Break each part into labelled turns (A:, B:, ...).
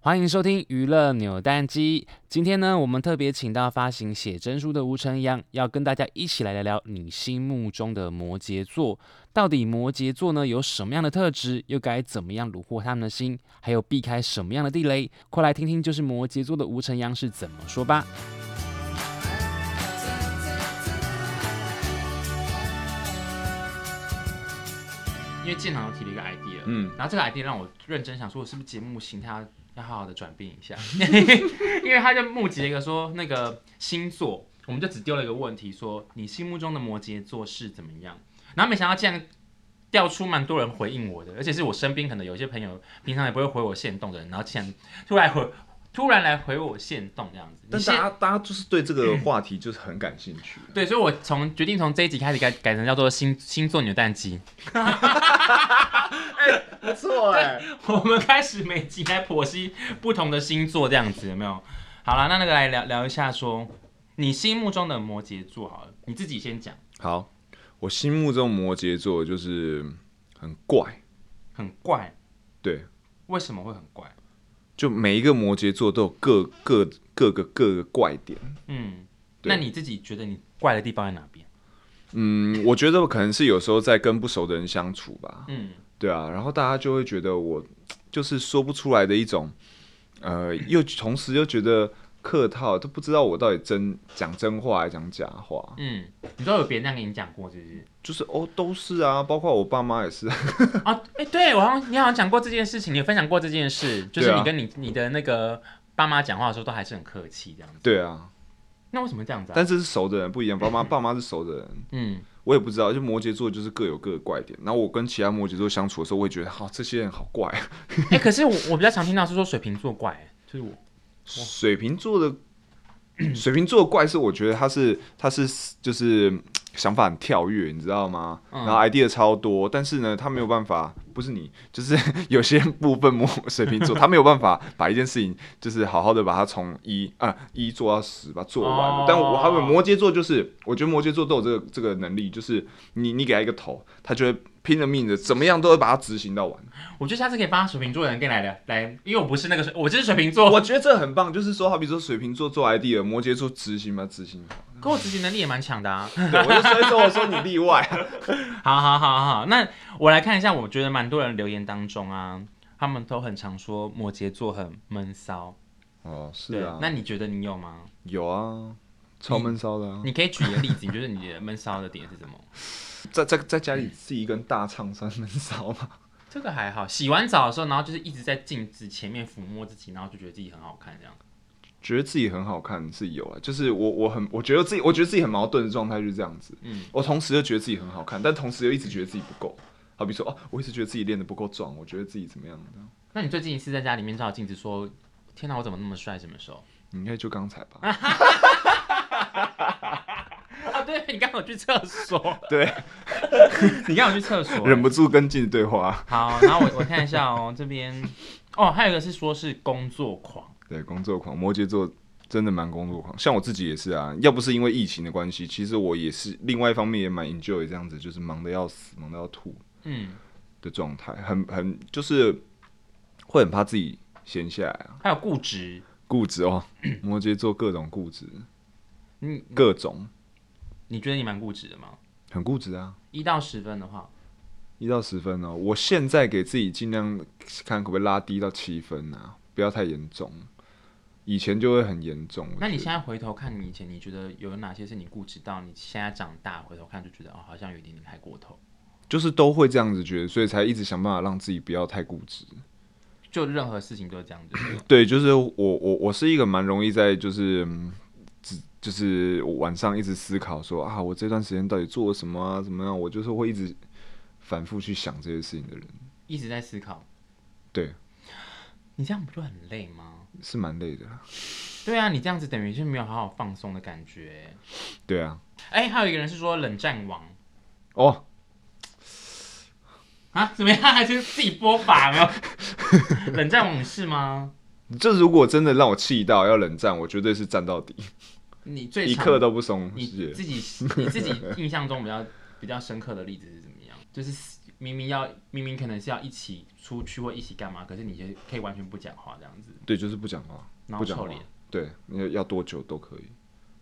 A: 欢迎收听娱乐扭蛋机。今天呢，我们特别请到发行写真书的吴承阳，要跟大家一起来聊聊你心目中的摩羯座。到底摩羯座呢有什么样的特质？又该怎么样虏获他们的心？还有避开什么样的地雷？快来听听，就是摩羯座的吴承阳是怎么说吧。因为建行提了一个 idea，
B: 嗯，
A: 然后这个 idea 让我认真想说，我是不是节目形态要要好好的转变一下？ 因为他就募集了一个说那个星座，我们就只丢了一个问题说你心目中的摩羯座是怎么样？然后没想到竟然调出蛮多人回应我的，而且是我身边可能有一些朋友平常也不会回我线动的人，然后竟然突然回突然来回我线动这样子。
B: 但
A: 你
B: 大
A: 现
B: 家大家就是对这个话题就是很感兴趣。
A: 对，所以我从决定从这一集开始改改成叫做星星座扭蛋机。
B: 不错哎、
A: 我们开始每集来剖析不同的星座，这样子有没有？好了，那那个来聊聊一下说，你心目中的摩羯座好了，你自己先讲，
B: 好，我心目中摩羯座就是很怪，
A: 很怪，
B: 对，
A: 为什么会很怪？
B: 就每一个摩羯座都有各各各个各个怪点。
A: 嗯，
B: 对
A: 那你自己觉得你怪的地方在哪边？
B: 嗯，我觉得可能是有时候在跟不熟的人相处吧，
A: 嗯
B: 对啊，然后大家就会觉得我就是说不出来的一种，呃，又同时又觉得客套，都不知道我到底真讲真话还是讲假话，
A: 嗯，你都有别人这样跟你讲过，是不是？
B: 就是哦都是啊，包括我爸妈也是，
A: 啊，哎、对我好像你好像讲过这件事情，你有分享过这件事，就是
B: 对啊
A: 你跟你、你的那个爸妈讲话的时候都还是很客气这样子。
B: 对啊，
A: 那为什么这样子啊？
B: 但是是熟的人不一样，爸妈爸妈是熟的人，
A: 嗯
B: 我也不知道，就摩羯座就是各有各的怪点。然后我跟其他摩羯座相处的时候，我也觉得，哈、这些人好怪。
A: 哎、可是我我比较常听到是说水瓶座怪、就是我。
B: 水瓶座的 水瓶座的怪是，我觉得他是他是就是嗯想法很跳跃，你知道吗？
A: 嗯
B: 然后 idea 超多，但是呢，他没有办法，不是你，就是有些部分摩水瓶座，他没有办法把一件事情就是好好的把它从一啊一做到十把它做完。
A: 哦
B: 但我还有摩羯座，就是我觉得摩羯座都有这个这个能力，就是你你给他一个头，他就会拼了命的怎么样都会把它执行到完。
A: 我觉得下次可以帮水瓶座的人跟你来聊来，因为我不是那个水，我就是水瓶座，
B: 我觉得这很棒，就是说，好比说水瓶座做 idea，摩羯座执行嘛，执行。
A: 可我执行能力也蛮强的啊。
B: 对，我就所以说我说你例外。啊
A: 好好好好，那我来看一下，我觉得蛮多人留言当中啊，他们都很常说摩羯座很闷骚。
B: 哦，是
A: 对
B: 啊，
A: 那你觉得你有吗？
B: 有啊，超闷骚的啊，
A: 你可以举一个例子，你觉得你的闷骚的点是什么？
B: 在在在家里自己一个人大唱算闷骚吗？
A: 这个还好，洗完澡的时候，然后就是一直在镜子前面抚摸自己，然后就觉得自己很好看这样。
B: 觉得自己很好看是有啊，就是我我很我觉得自己我觉得自己很矛盾的状态就是这样子，
A: 嗯，
B: 我同时又觉得自己很好看，但同时又一直觉得自己不够。好比说哦，我一直觉得自己练得不够壮，我觉得自己怎么样的？
A: 那你最近一次在家里面照镜子说，天哪，我怎么那么帅？什么时候？
B: 你应该就刚才吧。
A: 啊，对你刚好去厕所，
B: 对，
A: 你刚好去厕所，
B: 忍不住跟进对话。
A: 好，然后我我看一下哦，这边 哦，还有一个是说是工作狂，
B: 对，工作狂，摩羯座真的蛮工作狂。像我自己也是啊，要不是因为疫情的关系，其实我也是另外一方面也蛮 enjoy 这样子，就是忙得要死，忙得要吐
A: 嗯，
B: 的状态，很很就是会很怕自己闲下来啊，
A: 还有固执，
B: 固 执哦，摩羯座各种固执，
A: 你
B: 各种
A: 你觉得你蛮固执的吗？
B: 很固执啊。
A: 一到十分的话，
B: 一到十分哦，我现在给自己尽量看可不可以拉低到七分啊，不要太严重。以前就会很严重。
A: 那你现
B: 在
A: 在回头看你以前，你觉得有哪些是你固执到你现在长大回头看就觉得哦，好像有一点点太过头，
B: 就是都会这样子觉得，所以才一直想办法让自己不要太固执。
A: 就任何事情都是 这样子。
B: 对，就是我我我是一个蛮容易在就是嗯只就是我晚上一直思考说啊，我这段时间到底做了什么啊，怎么样？我就是会一直反复去想这些事情的人，
A: 一直在思考，
B: 对，
A: 你这样不就很累吗？
B: 是蛮累的。
A: 对啊，你这样子等于是没有好好放松的感觉。
B: 对啊，
A: 哎、还有一个人是说冷战王
B: 哦，
A: 啊，怎么样？还是自己播法有没有？ 冷战王你是吗？
B: 这如果真的让我气到要冷战，我绝对是战到底，
A: 你最
B: 一
A: 常
B: 刻都不松
A: 你
B: 懈。
A: 自己你自己印象中比较比较深刻的例子是怎么样？就是明明要明明可能是要一起出去或一起干嘛，可是你就可以完全不讲话这样子，
B: 对，就是不讲话，
A: 然后
B: 不讲
A: 臭
B: 话
A: 脸。，
B: 对，要要多久都可以。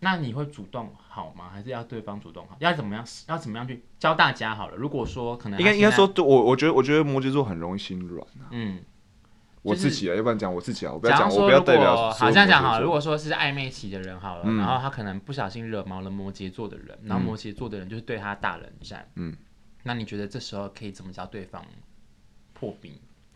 A: 那你会主动好吗？还是要对方主动好？要怎么样？要怎么样去教大家好了？如果说可能
B: 应该
A: 他
B: 应该
A: 现在
B: 说，，对我我觉得我觉得摩羯座很容易心软啊。
A: 嗯，
B: 我
A: 就是
B: 自己啊，要不然讲我自己啊，我不要
A: 假
B: 讲，
A: 如
B: 我不
A: 说
B: 要
A: 如
B: 代表所有
A: 果好像讲
B: 摩羯
A: 好了，
B: 座
A: 如果说是暧昧期的人好了，
B: 嗯
A: 然后他可能不小心惹毛了摩羯座的人，然后摩羯座的人就是对他大冷战，
B: 嗯，
A: 那你觉得这时候可以怎么教对方破冰？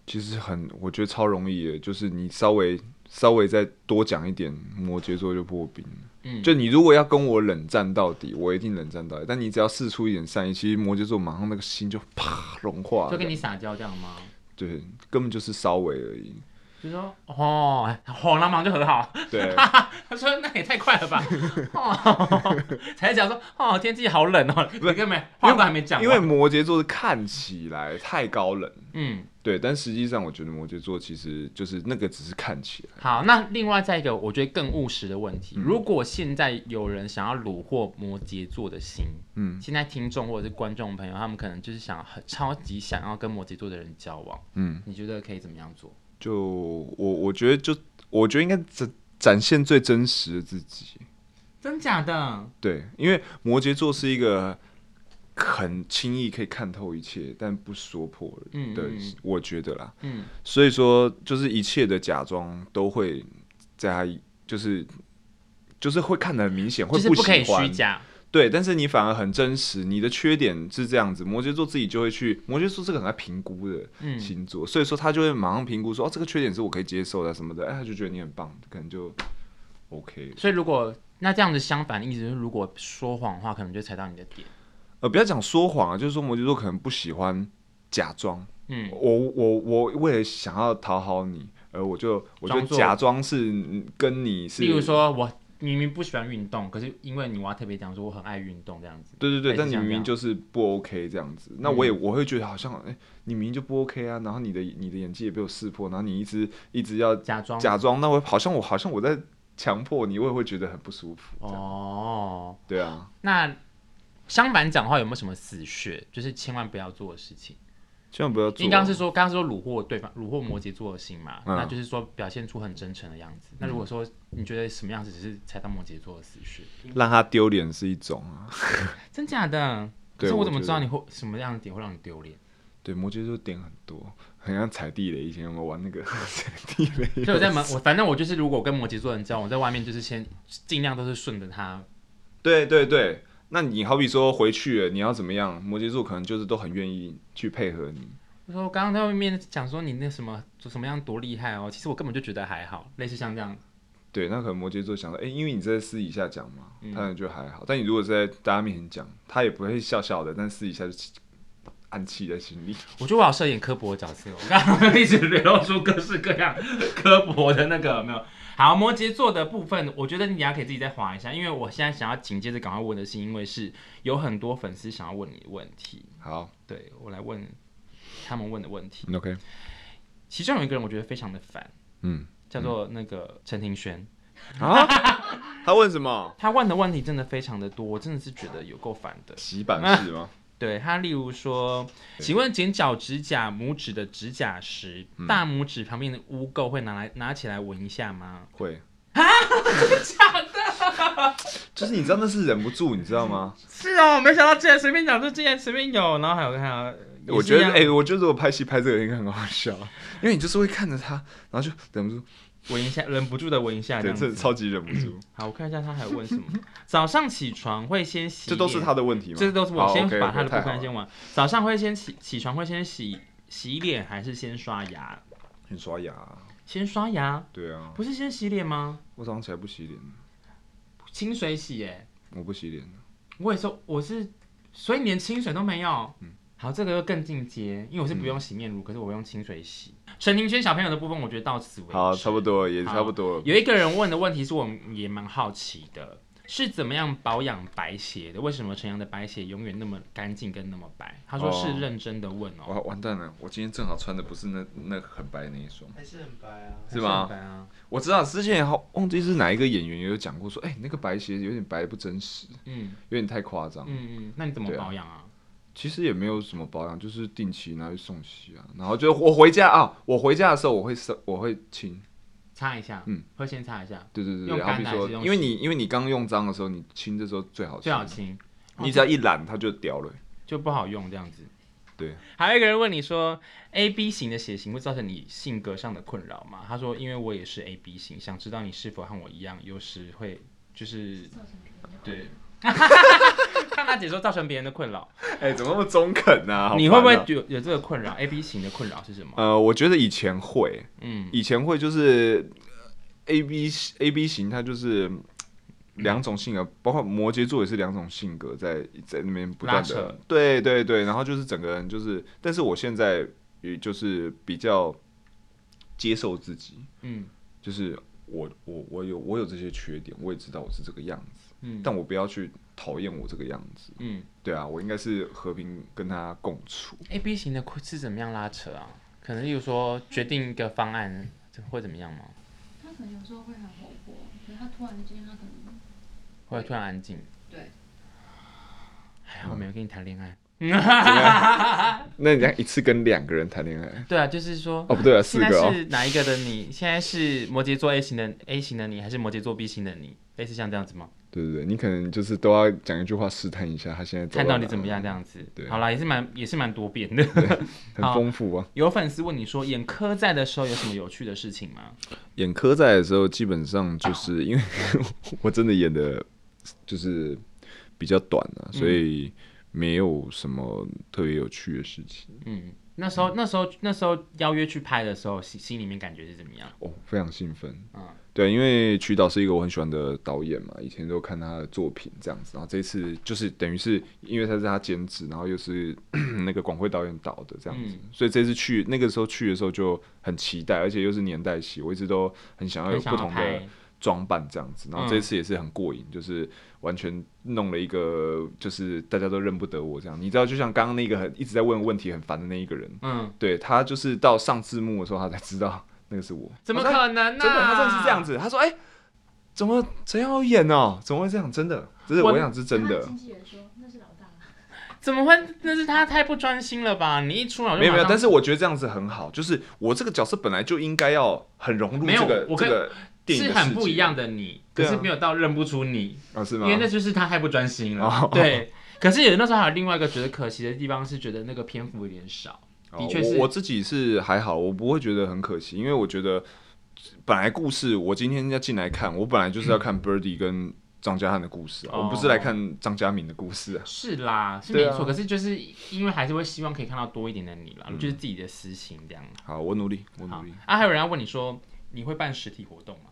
B: 其实很，我觉得超容易的，就是你稍微稍微再多讲一点，摩羯座就破冰了。
A: 嗯
B: 就你如果要跟我冷战到底，我一定冷战到底。但你只要试出一点善意，其实摩羯座马上那个心就啪融化
A: 就
B: 了
A: 跟，你撒娇这样吗？
B: 对，根本就是稍微而 已。
A: 就说哦，哦，那马上就和好。
B: 对，
A: 他说那也太快了吧，哦，才讲说哦，天气好冷哦，你根本话都还没讲完，
B: 因为摩羯座是看起来太高冷，
A: 嗯。
B: 对，但实际上我觉得摩羯座其实就是那个只是看起来。
A: 好，那另外再一个，我觉得更务实的问
B: 嗯
A: 题，如果现在有人想要虏获摩羯座的心，
B: 嗯
A: 现在听众或者是观众朋友，他们可能就是想很超级想要跟摩羯座的人交往，
B: 嗯，
A: 你觉得可以怎么样做？
B: 就我我觉得就我觉得应该展展现最真实的自己。
A: 真假的？
B: 对，因为摩羯座是一个很轻易可以看透一切，但不说破的
A: 嗯
B: 人。对
A: 嗯，
B: 我觉得啦，
A: 嗯，
B: 所以说就是一切的假装都会在他就是就是会看得很明显，会
A: 就是不可以
B: 喜
A: 虚
B: 欢。
A: 假，
B: 对，但是你反而很真实，你的缺点是这样子，摩羯座自己就会去，摩羯座是个很爱评估的
A: 嗯
B: 星座，所以说他就会马上评估说，哦，这个缺点是我可以接受的什么的，哎，他就觉得你很棒，可能就 OK 了。
A: 所以如果那这样子相反的意思就是，如果说谎的话，可能就踩到你的点，
B: 呃，不要讲说谎啊，就是说摩羯座可能不喜欢假装。
A: 嗯，
B: 我我我为了想要讨好你，而我就我就
A: 装作
B: 假装是跟你是，
A: 例如说我明明不喜欢运动，可是因为你我要特别讲说我很爱运动这样子，
B: 对对对，
A: 类似
B: 但你
A: 像
B: 明
A: 这样嗯
B: 明就是不 OK 这样子，那我也我会觉得好像，哎、你明明就不 OK 啊，然后你的你的演技也被我识破，然后你一直一直要
A: 假装
B: 假装，那我好像我好像我在强迫你，我也会觉得很不舒服。这样
A: 哦。
B: 对啊，
A: 那相反讲的话，有没有什么死穴？就是千万不要做的事情。
B: 千万不要做。
A: 因为刚刚是说，刚刚是说虏获对方、虏获摩羯座的心嘛，
B: 嗯
A: 那就是说表现出很真诚的样子。那如果说你觉得什么样子只是踩到摩羯座的死穴，
B: 让他丢脸是一种啊，
A: 真假的？可
B: 对
A: 是我怎
B: 我
A: 么
B: 觉得
A: 知道你会什么样的点会让你丢脸？
B: 对，摩羯座点很多，很像踩地雷。以前我们玩那个 踩地 雷，
A: 所以我在门，我反正我就是，如果跟摩羯座人交往，我在外面就是先尽量都是顺着他，
B: 对对对。那你好比说回去了，你要怎么样？摩羯座可能就是都很愿意去配合你。
A: 我说我刚刚在外面讲说你那什么什么样多厉害哦，其实我根本就觉得还好，类似像这样，
B: 对，那可能摩羯座想说，哎、因为你在私底下讲嘛，
A: 嗯
B: 他可能就还好。但你如果在大家面前讲，他也不会笑笑的，但私底下就气暗气在心里。
A: 我觉得我好适合演刻薄的角色哦，我刚刚 一直流露出各式各样刻薄的那个有没有。好，摩羯座的部分，我觉得你俩可以自己再划一下，因为我现在想要紧接着赶快问的是，因为是有很多粉丝想要问你的问题，
B: 好
A: 对我来问他们问的问题。
B: 嗯，OK，
A: 其中有一个人我觉得非常的烦，
B: 嗯，
A: 叫做那个陈庭轩，
B: 啊，他问什么？
A: 他问的问题真的非常的多，我真的是觉得有够烦的。
B: 洗版式吗？
A: 对他，例如说，请问剪脚指甲拇指的指甲时，大拇指旁边的污垢会拿来拿起来闻一下吗？
B: 会啊， 假的？ 就是你知道那是忍不住，你知道吗？
A: 是哦，没想到竟然随便讲，这竟然随便有，然后还有还有，
B: 我觉得，哎、
A: 也是一
B: 我觉得如果拍戏拍这个应该很好笑，因为你就是会看着他，然后就忍不住，
A: 样闻一下，忍不住的闻一下这
B: 对，
A: 样
B: 这
A: 子。
B: 超级忍不住，
A: 好，我看一下他还有问什么。早上起床会先洗，
B: 这都是他，的问题吗？
A: 这都是我
B: 好
A: 先
B: OK，OK，
A: 把他的
B: 太
A: 部分
B: 好
A: 先
B: 了
A: 完。早上会先起起床会先洗洗脸还是先刷牙？
B: 先刷牙啊，
A: 先刷牙，
B: 对啊，
A: 不是先洗脸吗？
B: 我早上起来不洗脸，
A: 清水洗耶、
B: 我不洗脸。
A: 我也说我是，所以连清水都没有。
B: 嗯
A: 好，这个又更进阶，因为我是不用洗面乳，可是我用清水洗。陈庭轩小朋友的部分，我觉得到此为止。
B: 好，差不多也
A: 好
B: 差不多了。
A: 有一个人问的问题是我们也蛮好奇的，是怎么样保养白鞋的？为什么陈阳的白鞋永远那么干净跟那么白？他说是
B: 哦
A: 认真的问哦，
B: 哇，完蛋了！我今天正好穿的不是那那很白的那一双。
C: 还是很白啊。
B: 是吗
A: 还很白啊，
B: 我知道之前好忘记是哪一个演员也有讲过说，哎、你那个白鞋有点白不真实，
A: 嗯
B: 有点太夸张。
A: 嗯嗯，那你怎么
B: 对啊
A: 保养啊？
B: 其实也没有什么保养，就是定期拿去送洗啊。然后就我回家啊，我回家的时候我会收，我会清，
A: 擦一下，
B: 嗯，
A: 会先擦一下，
B: 对对对
A: 用
B: 对。
A: 干的
B: 好比
A: 还
B: 说
A: 是，用
B: 因为你因为你刚用脏的时候，你清的时候最好清，
A: 最好清，
B: 你只要一懒它就掉了。
A: 就不好用这样子。
B: 对，
A: 还有一个人问你说，A B 型的血型会造成你性格上的困扰吗？他说，因为我也是 A B 型，想知道你是否和我一样，有时会就是
C: 造成别人的
A: 对。 看他解说造成别人的困扰，
B: 哎、怎么那么中肯呢、好
A: 你会不会
B: 烦啊
A: 有有这个困扰？A B 型的困扰是什么？
B: 呃，我觉得以前会，
A: 嗯，
B: 以前会就是呃 A B A B 型，它就是两种性格，包括摩羯座也是两种性格在在那边不断
A: 拉
B: 的
A: 扯，
B: 对对对，然后就是整个人就是，但是我现在也就是比较接受自己，
A: 嗯
B: 就是我我我有我有这些缺点，我也知道我是这个样子，
A: 嗯
B: 但我不要去讨厌我这个样子，
A: 嗯
B: 对啊，我应该是和平跟他共处，
A: ，A B 型的困是怎么样拉扯啊？可能例如说决定一个方案会怎么样吗？
C: 他可能有时候会很活泼，可是他突然之间，他可能
A: 会突然安静？
C: 对，
A: 还好没有跟你谈恋爱。
B: 那你这样一次跟两个人谈恋爱？
A: 对啊，就是说
B: 哦，不对啊，四
A: 现在
B: 个哦，
A: 是哪一个的你？现在是摩羯座 A 型的 A 型的你，还是摩羯座 B 型的你？类似像这样子吗？
B: 对对对，你可能就是都要讲一句话试探一下他现在走
A: 看到你
B: 哪
A: 怎么样这样子。
B: 对
A: 好啦，也是蛮也是蛮多变 的。
B: 很
A: 好
B: 丰富啊。
A: 有粉丝问你说，演科在的时候有什么有趣的事情吗？
B: 演科在的时候，基本上就是因为 我真的演的，就是比较短啊，所以没有什么特别有趣的事情
A: 嗯，那时候那时候那时候邀约去拍的时候，心心里面感觉是怎么样？
B: 哦，非常兴奋。
A: 嗯
B: 对，因为曲导是一个我很喜欢的导演嘛，以前都看他的作品这样子，然后这一次就是等于是因为他是他监制，然后又是 那个广汇导演导的这样子，
A: 嗯
B: 所以这次去那个时候去的时候就很期待，而且又是年代戏，我一直都很想要有
A: 很想
B: 不
A: 要
B: 同
A: 拍
B: 的。装扮这样子，然后
A: 嗯
B: 这一次也是很过瘾，就是完全弄了一个就是大家都认不得我这样，你知道，就像刚刚那个很一直在问问题很烦的那一个人，
A: 嗯，
B: 对他就是到上字幕的时候他才知道那个是我，
A: 怎么
B: 我说
A: 可能呢、啊
B: 真的，他真的是这样。子。他说：“哎、怎么陈耀演哦？怎么会这样？真的，这是
A: 我
B: 我想是真
C: 他
B: 的
C: 的。经纪人说那是老大，
A: 怎么会？那是他太不专心了吧？你一出来我就
B: 没有没有，
A: 马上
B: 但是我觉得这样子很好，就是我这个角色本来就应该要很融入
A: 没有
B: 这个
A: 我
B: 这
A: 跟
B: 个电影
A: 是
B: 的
A: 很
B: 世
A: 不
B: 界
A: 一样的你，可
B: 对啊
A: 是没有到认不出你，
B: 啊，是吗
A: 因？为那就是他太不专心了。
B: 哦
A: 对，可是有那时候还有另外一个觉得可惜的地方是觉得那个篇幅有点少。
B: 哦
A: 的确
B: 我
A: 是
B: 我自己是还好，我不会觉得很可惜，因为我觉得本来故事我今天要进来看，我本来就是要看 Birdy 跟张家汉的故事啊，
A: 嗯哦
B: 我不是来看张家明的故事啊。
A: 是啦，是没
B: 对啊
A: 错，可是就是因为还是会希望可以看到多一点的你啦，就是自己的私心这样。
B: 好，我努力，我努
A: 好
B: 力。
A: 啊，还有人要问你说你会办实体活动吗？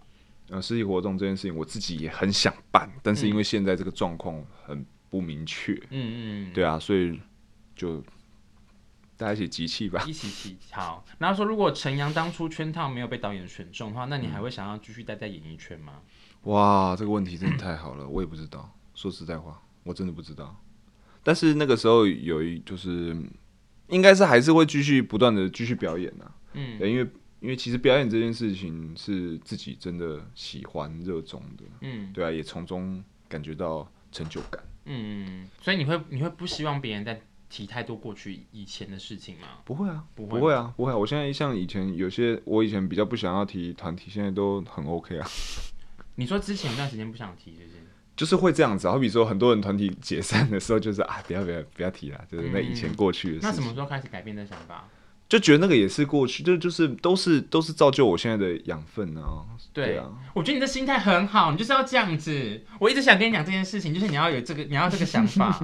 B: 呃，实体活动这件事情，我自己也很想办，但是因为现在这个状况很不明确，
A: 嗯嗯嗯，嗯
B: 对啊，所以就大家一起集气吧。
A: 一起起好。然后说如果陈阳当初圈套没有被导演选中的话，那你还会想要继续待在演艺圈吗？
B: 哇，这个问题真的太好了，我也不知道，说实在话，我真的不知道。但是那个时候有一就是，应该是还是会继续不断的继续表演啊，
A: 嗯，
B: 对，因为因为其实表演这件事情是自己真的喜欢热衷的，
A: 嗯
B: 对啊，也从中感觉到成就感。
A: 嗯嗯，所以你会你会不希望别人再提太多过去以前的事情吗？
B: 不会啊，
A: 不
B: 不
A: 会
B: 会啊，不会啊！我现在像以前有些，我以前比较不想要提团体，现在都很 OK 啊，
A: 你说之前有段时间不想提，就是
B: 就是会这样子啊。好比说，很多人团体解散的时候，就是啊， 不要不要不要提啦，就是那以前过去的
A: 嗯那
B: 事
A: 什
B: 情，
A: 么时候开始改变的想法？
B: 就觉得那个也是过去，就就是都是都是造就我现在的养分啊。对啊，
A: 我觉得你的心态很好，你就是要这样子。我一直想跟你讲这件事情，就是你要有这个，你要有这个想 法。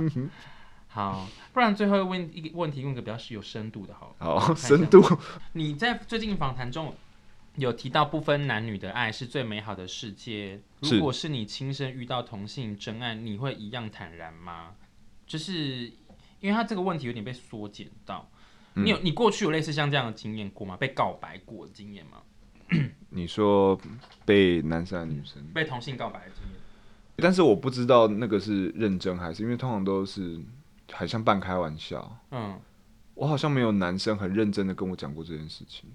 A: 好，不然最后问一个问题，问个比较是有深度的好了。
B: 好，
A: 看一下
B: 深度
A: 你在最近访谈中有提到不分男女的爱是最美好的世界。
B: 是
A: 如果是你亲身遇到同性真爱，你会一样坦然吗？就是因为他这个问题有点被缩减到。
B: 嗯
A: 你有你过去有类似像这样的经验过吗？被告白过的经验吗？
B: 你说被男生还是女生，
A: 被同性告白的经验？
B: 但是我不知道那个是认真还是，因为通常都是还像半开玩笑。
A: 嗯，
B: 我好像没有男生很认真的跟我讲过这件事情。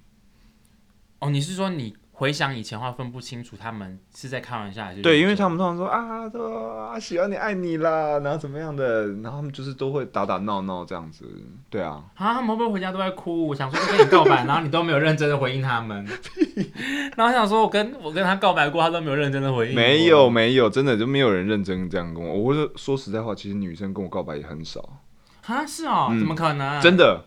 A: 哦，你是说你回想以前的话，分不清楚他们是在开玩笑还是
B: 对，
A: 认
B: 因为
A: 真
B: 他们通常说啊，对啊，喜欢你，爱你啦，然后怎么样的，然后他们就是都会打打闹闹这样子，对啊，
A: 啊，他们会不会回家都在哭？我想说都跟你告白，然后你都没有认真的回应他 们。然后我想说，我跟我跟他告白过，他都没有认真的回应。
B: 没有。没有，真的就没有人认真这样跟我。我会说说实在话，其实女生跟我告白也很少，
A: 啊，是哦，
B: 嗯
A: 怎么可能？
B: 真的，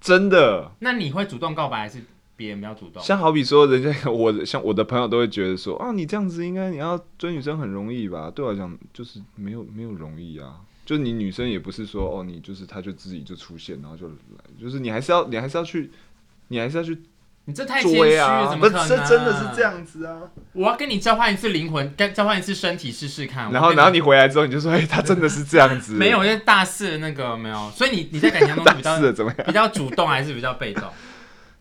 B: 真的。
A: 那你会主动告白还是别人比较主动？
B: 像好比说，人家我的像我的朋友都会觉得说啊，你这样子应该你要追女生很容易吧？对我来讲就是没有没有容易啊，就你女生也不是说哦，你就是她就自己就出现，然后就来，就是你还是要你还是要去，你还是要去
A: 你这太谦虚
B: 追
A: 了，
B: 啊，
A: 怎
B: 不
A: 么
B: 是
A: 可能？
B: 这真的是这。样子啊。
A: 我要跟你交换一次灵魂，跟交换一次身体试试看。
B: 然后
A: 我跟
B: 然后你回来之后你就说，哎、她真的是这样子，
A: 没有，就是大四的那个没有，所以你你在感情当中
B: 大
A: 比较
B: 四了怎么样？
A: 比较主动还是比较被动？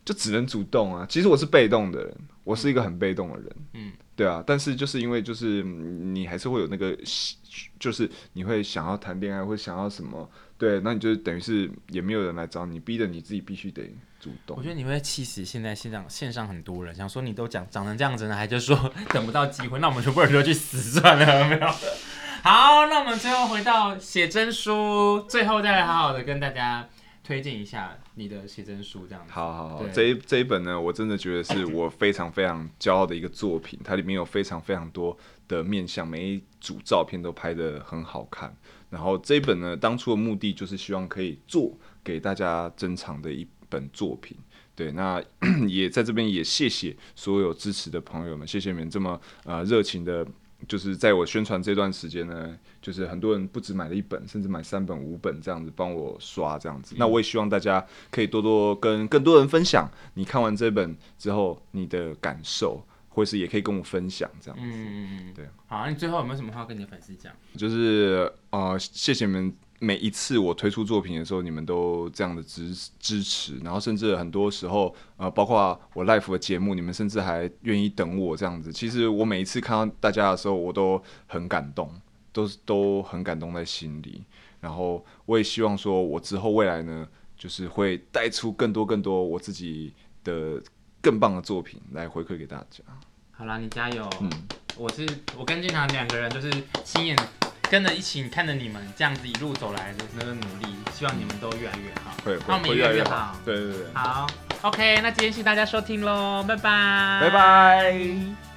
B: 就只能主动啊。其实我是被动的人，我是一个很被动的人。
A: 嗯，
B: 对啊。但是就是因为就是嗯你还是会有那个喜，就是你会想要谈恋爱，会想要什么？对，那你就等于是也没有人来找你，逼着你自己必须得主动
A: 我觉。得你会气死现在线上线上很多人，想说你都讲长成这样子呢，还就说 等不到机会，那我们全部人都去死算了，有没有？好，那我们最后回到写真书，最后再来好好的跟大家推荐一下你的写真书，这样子。
B: 好好好，
A: 对
B: 这一这一本呢，我真的觉得是我非常非常骄傲的一个作品，它里面有非常非常多的面相，每一组照片都拍得很好看。然后这一本呢，当初的目的就是希望可以做给大家珍藏的一本作品。对，那 也在这边也谢谢所有支持的朋友们，谢谢你们这么呃热情的，就是在我宣传这段时间呢，就是很多人不止买了一本，甚至买三本、五本这样子帮我刷这样子。那我也希望大家可以多多跟更多人分享，你看完这本之后你的感受，或是也可以跟我分享这样。
A: 嗯嗯嗯，
B: 对。
A: 好，那你最后有没有什么话要跟你的粉丝讲？
B: 就是呃，谢谢你们每一次我推出作品的时候，你们都这样的支支持，然后甚至很多时候，呃，包括我 l i f e 的节目，你们甚至还愿意等我这样子。其实我每一次看到大家的时候，我都很感动，都是都很感动在心里。然后我也希望说，我之后未来呢，就是会带出更多更多我自己的更棒的作品来回馈给大家。
A: 好啦，你加油。
B: 嗯，
A: 我是我跟俊堂两个人就是亲眼跟着一起看着你们这样子一路走来的那个努力，希望你们都越来越好。
B: 会
A: 那我
B: 会
A: 们
B: 会
A: 也
B: 越来
A: 越
B: 越
A: 好
B: 好。对对对，
A: 好，OK，那今天谢谢大家收听喽，拜拜，
B: 拜。拜。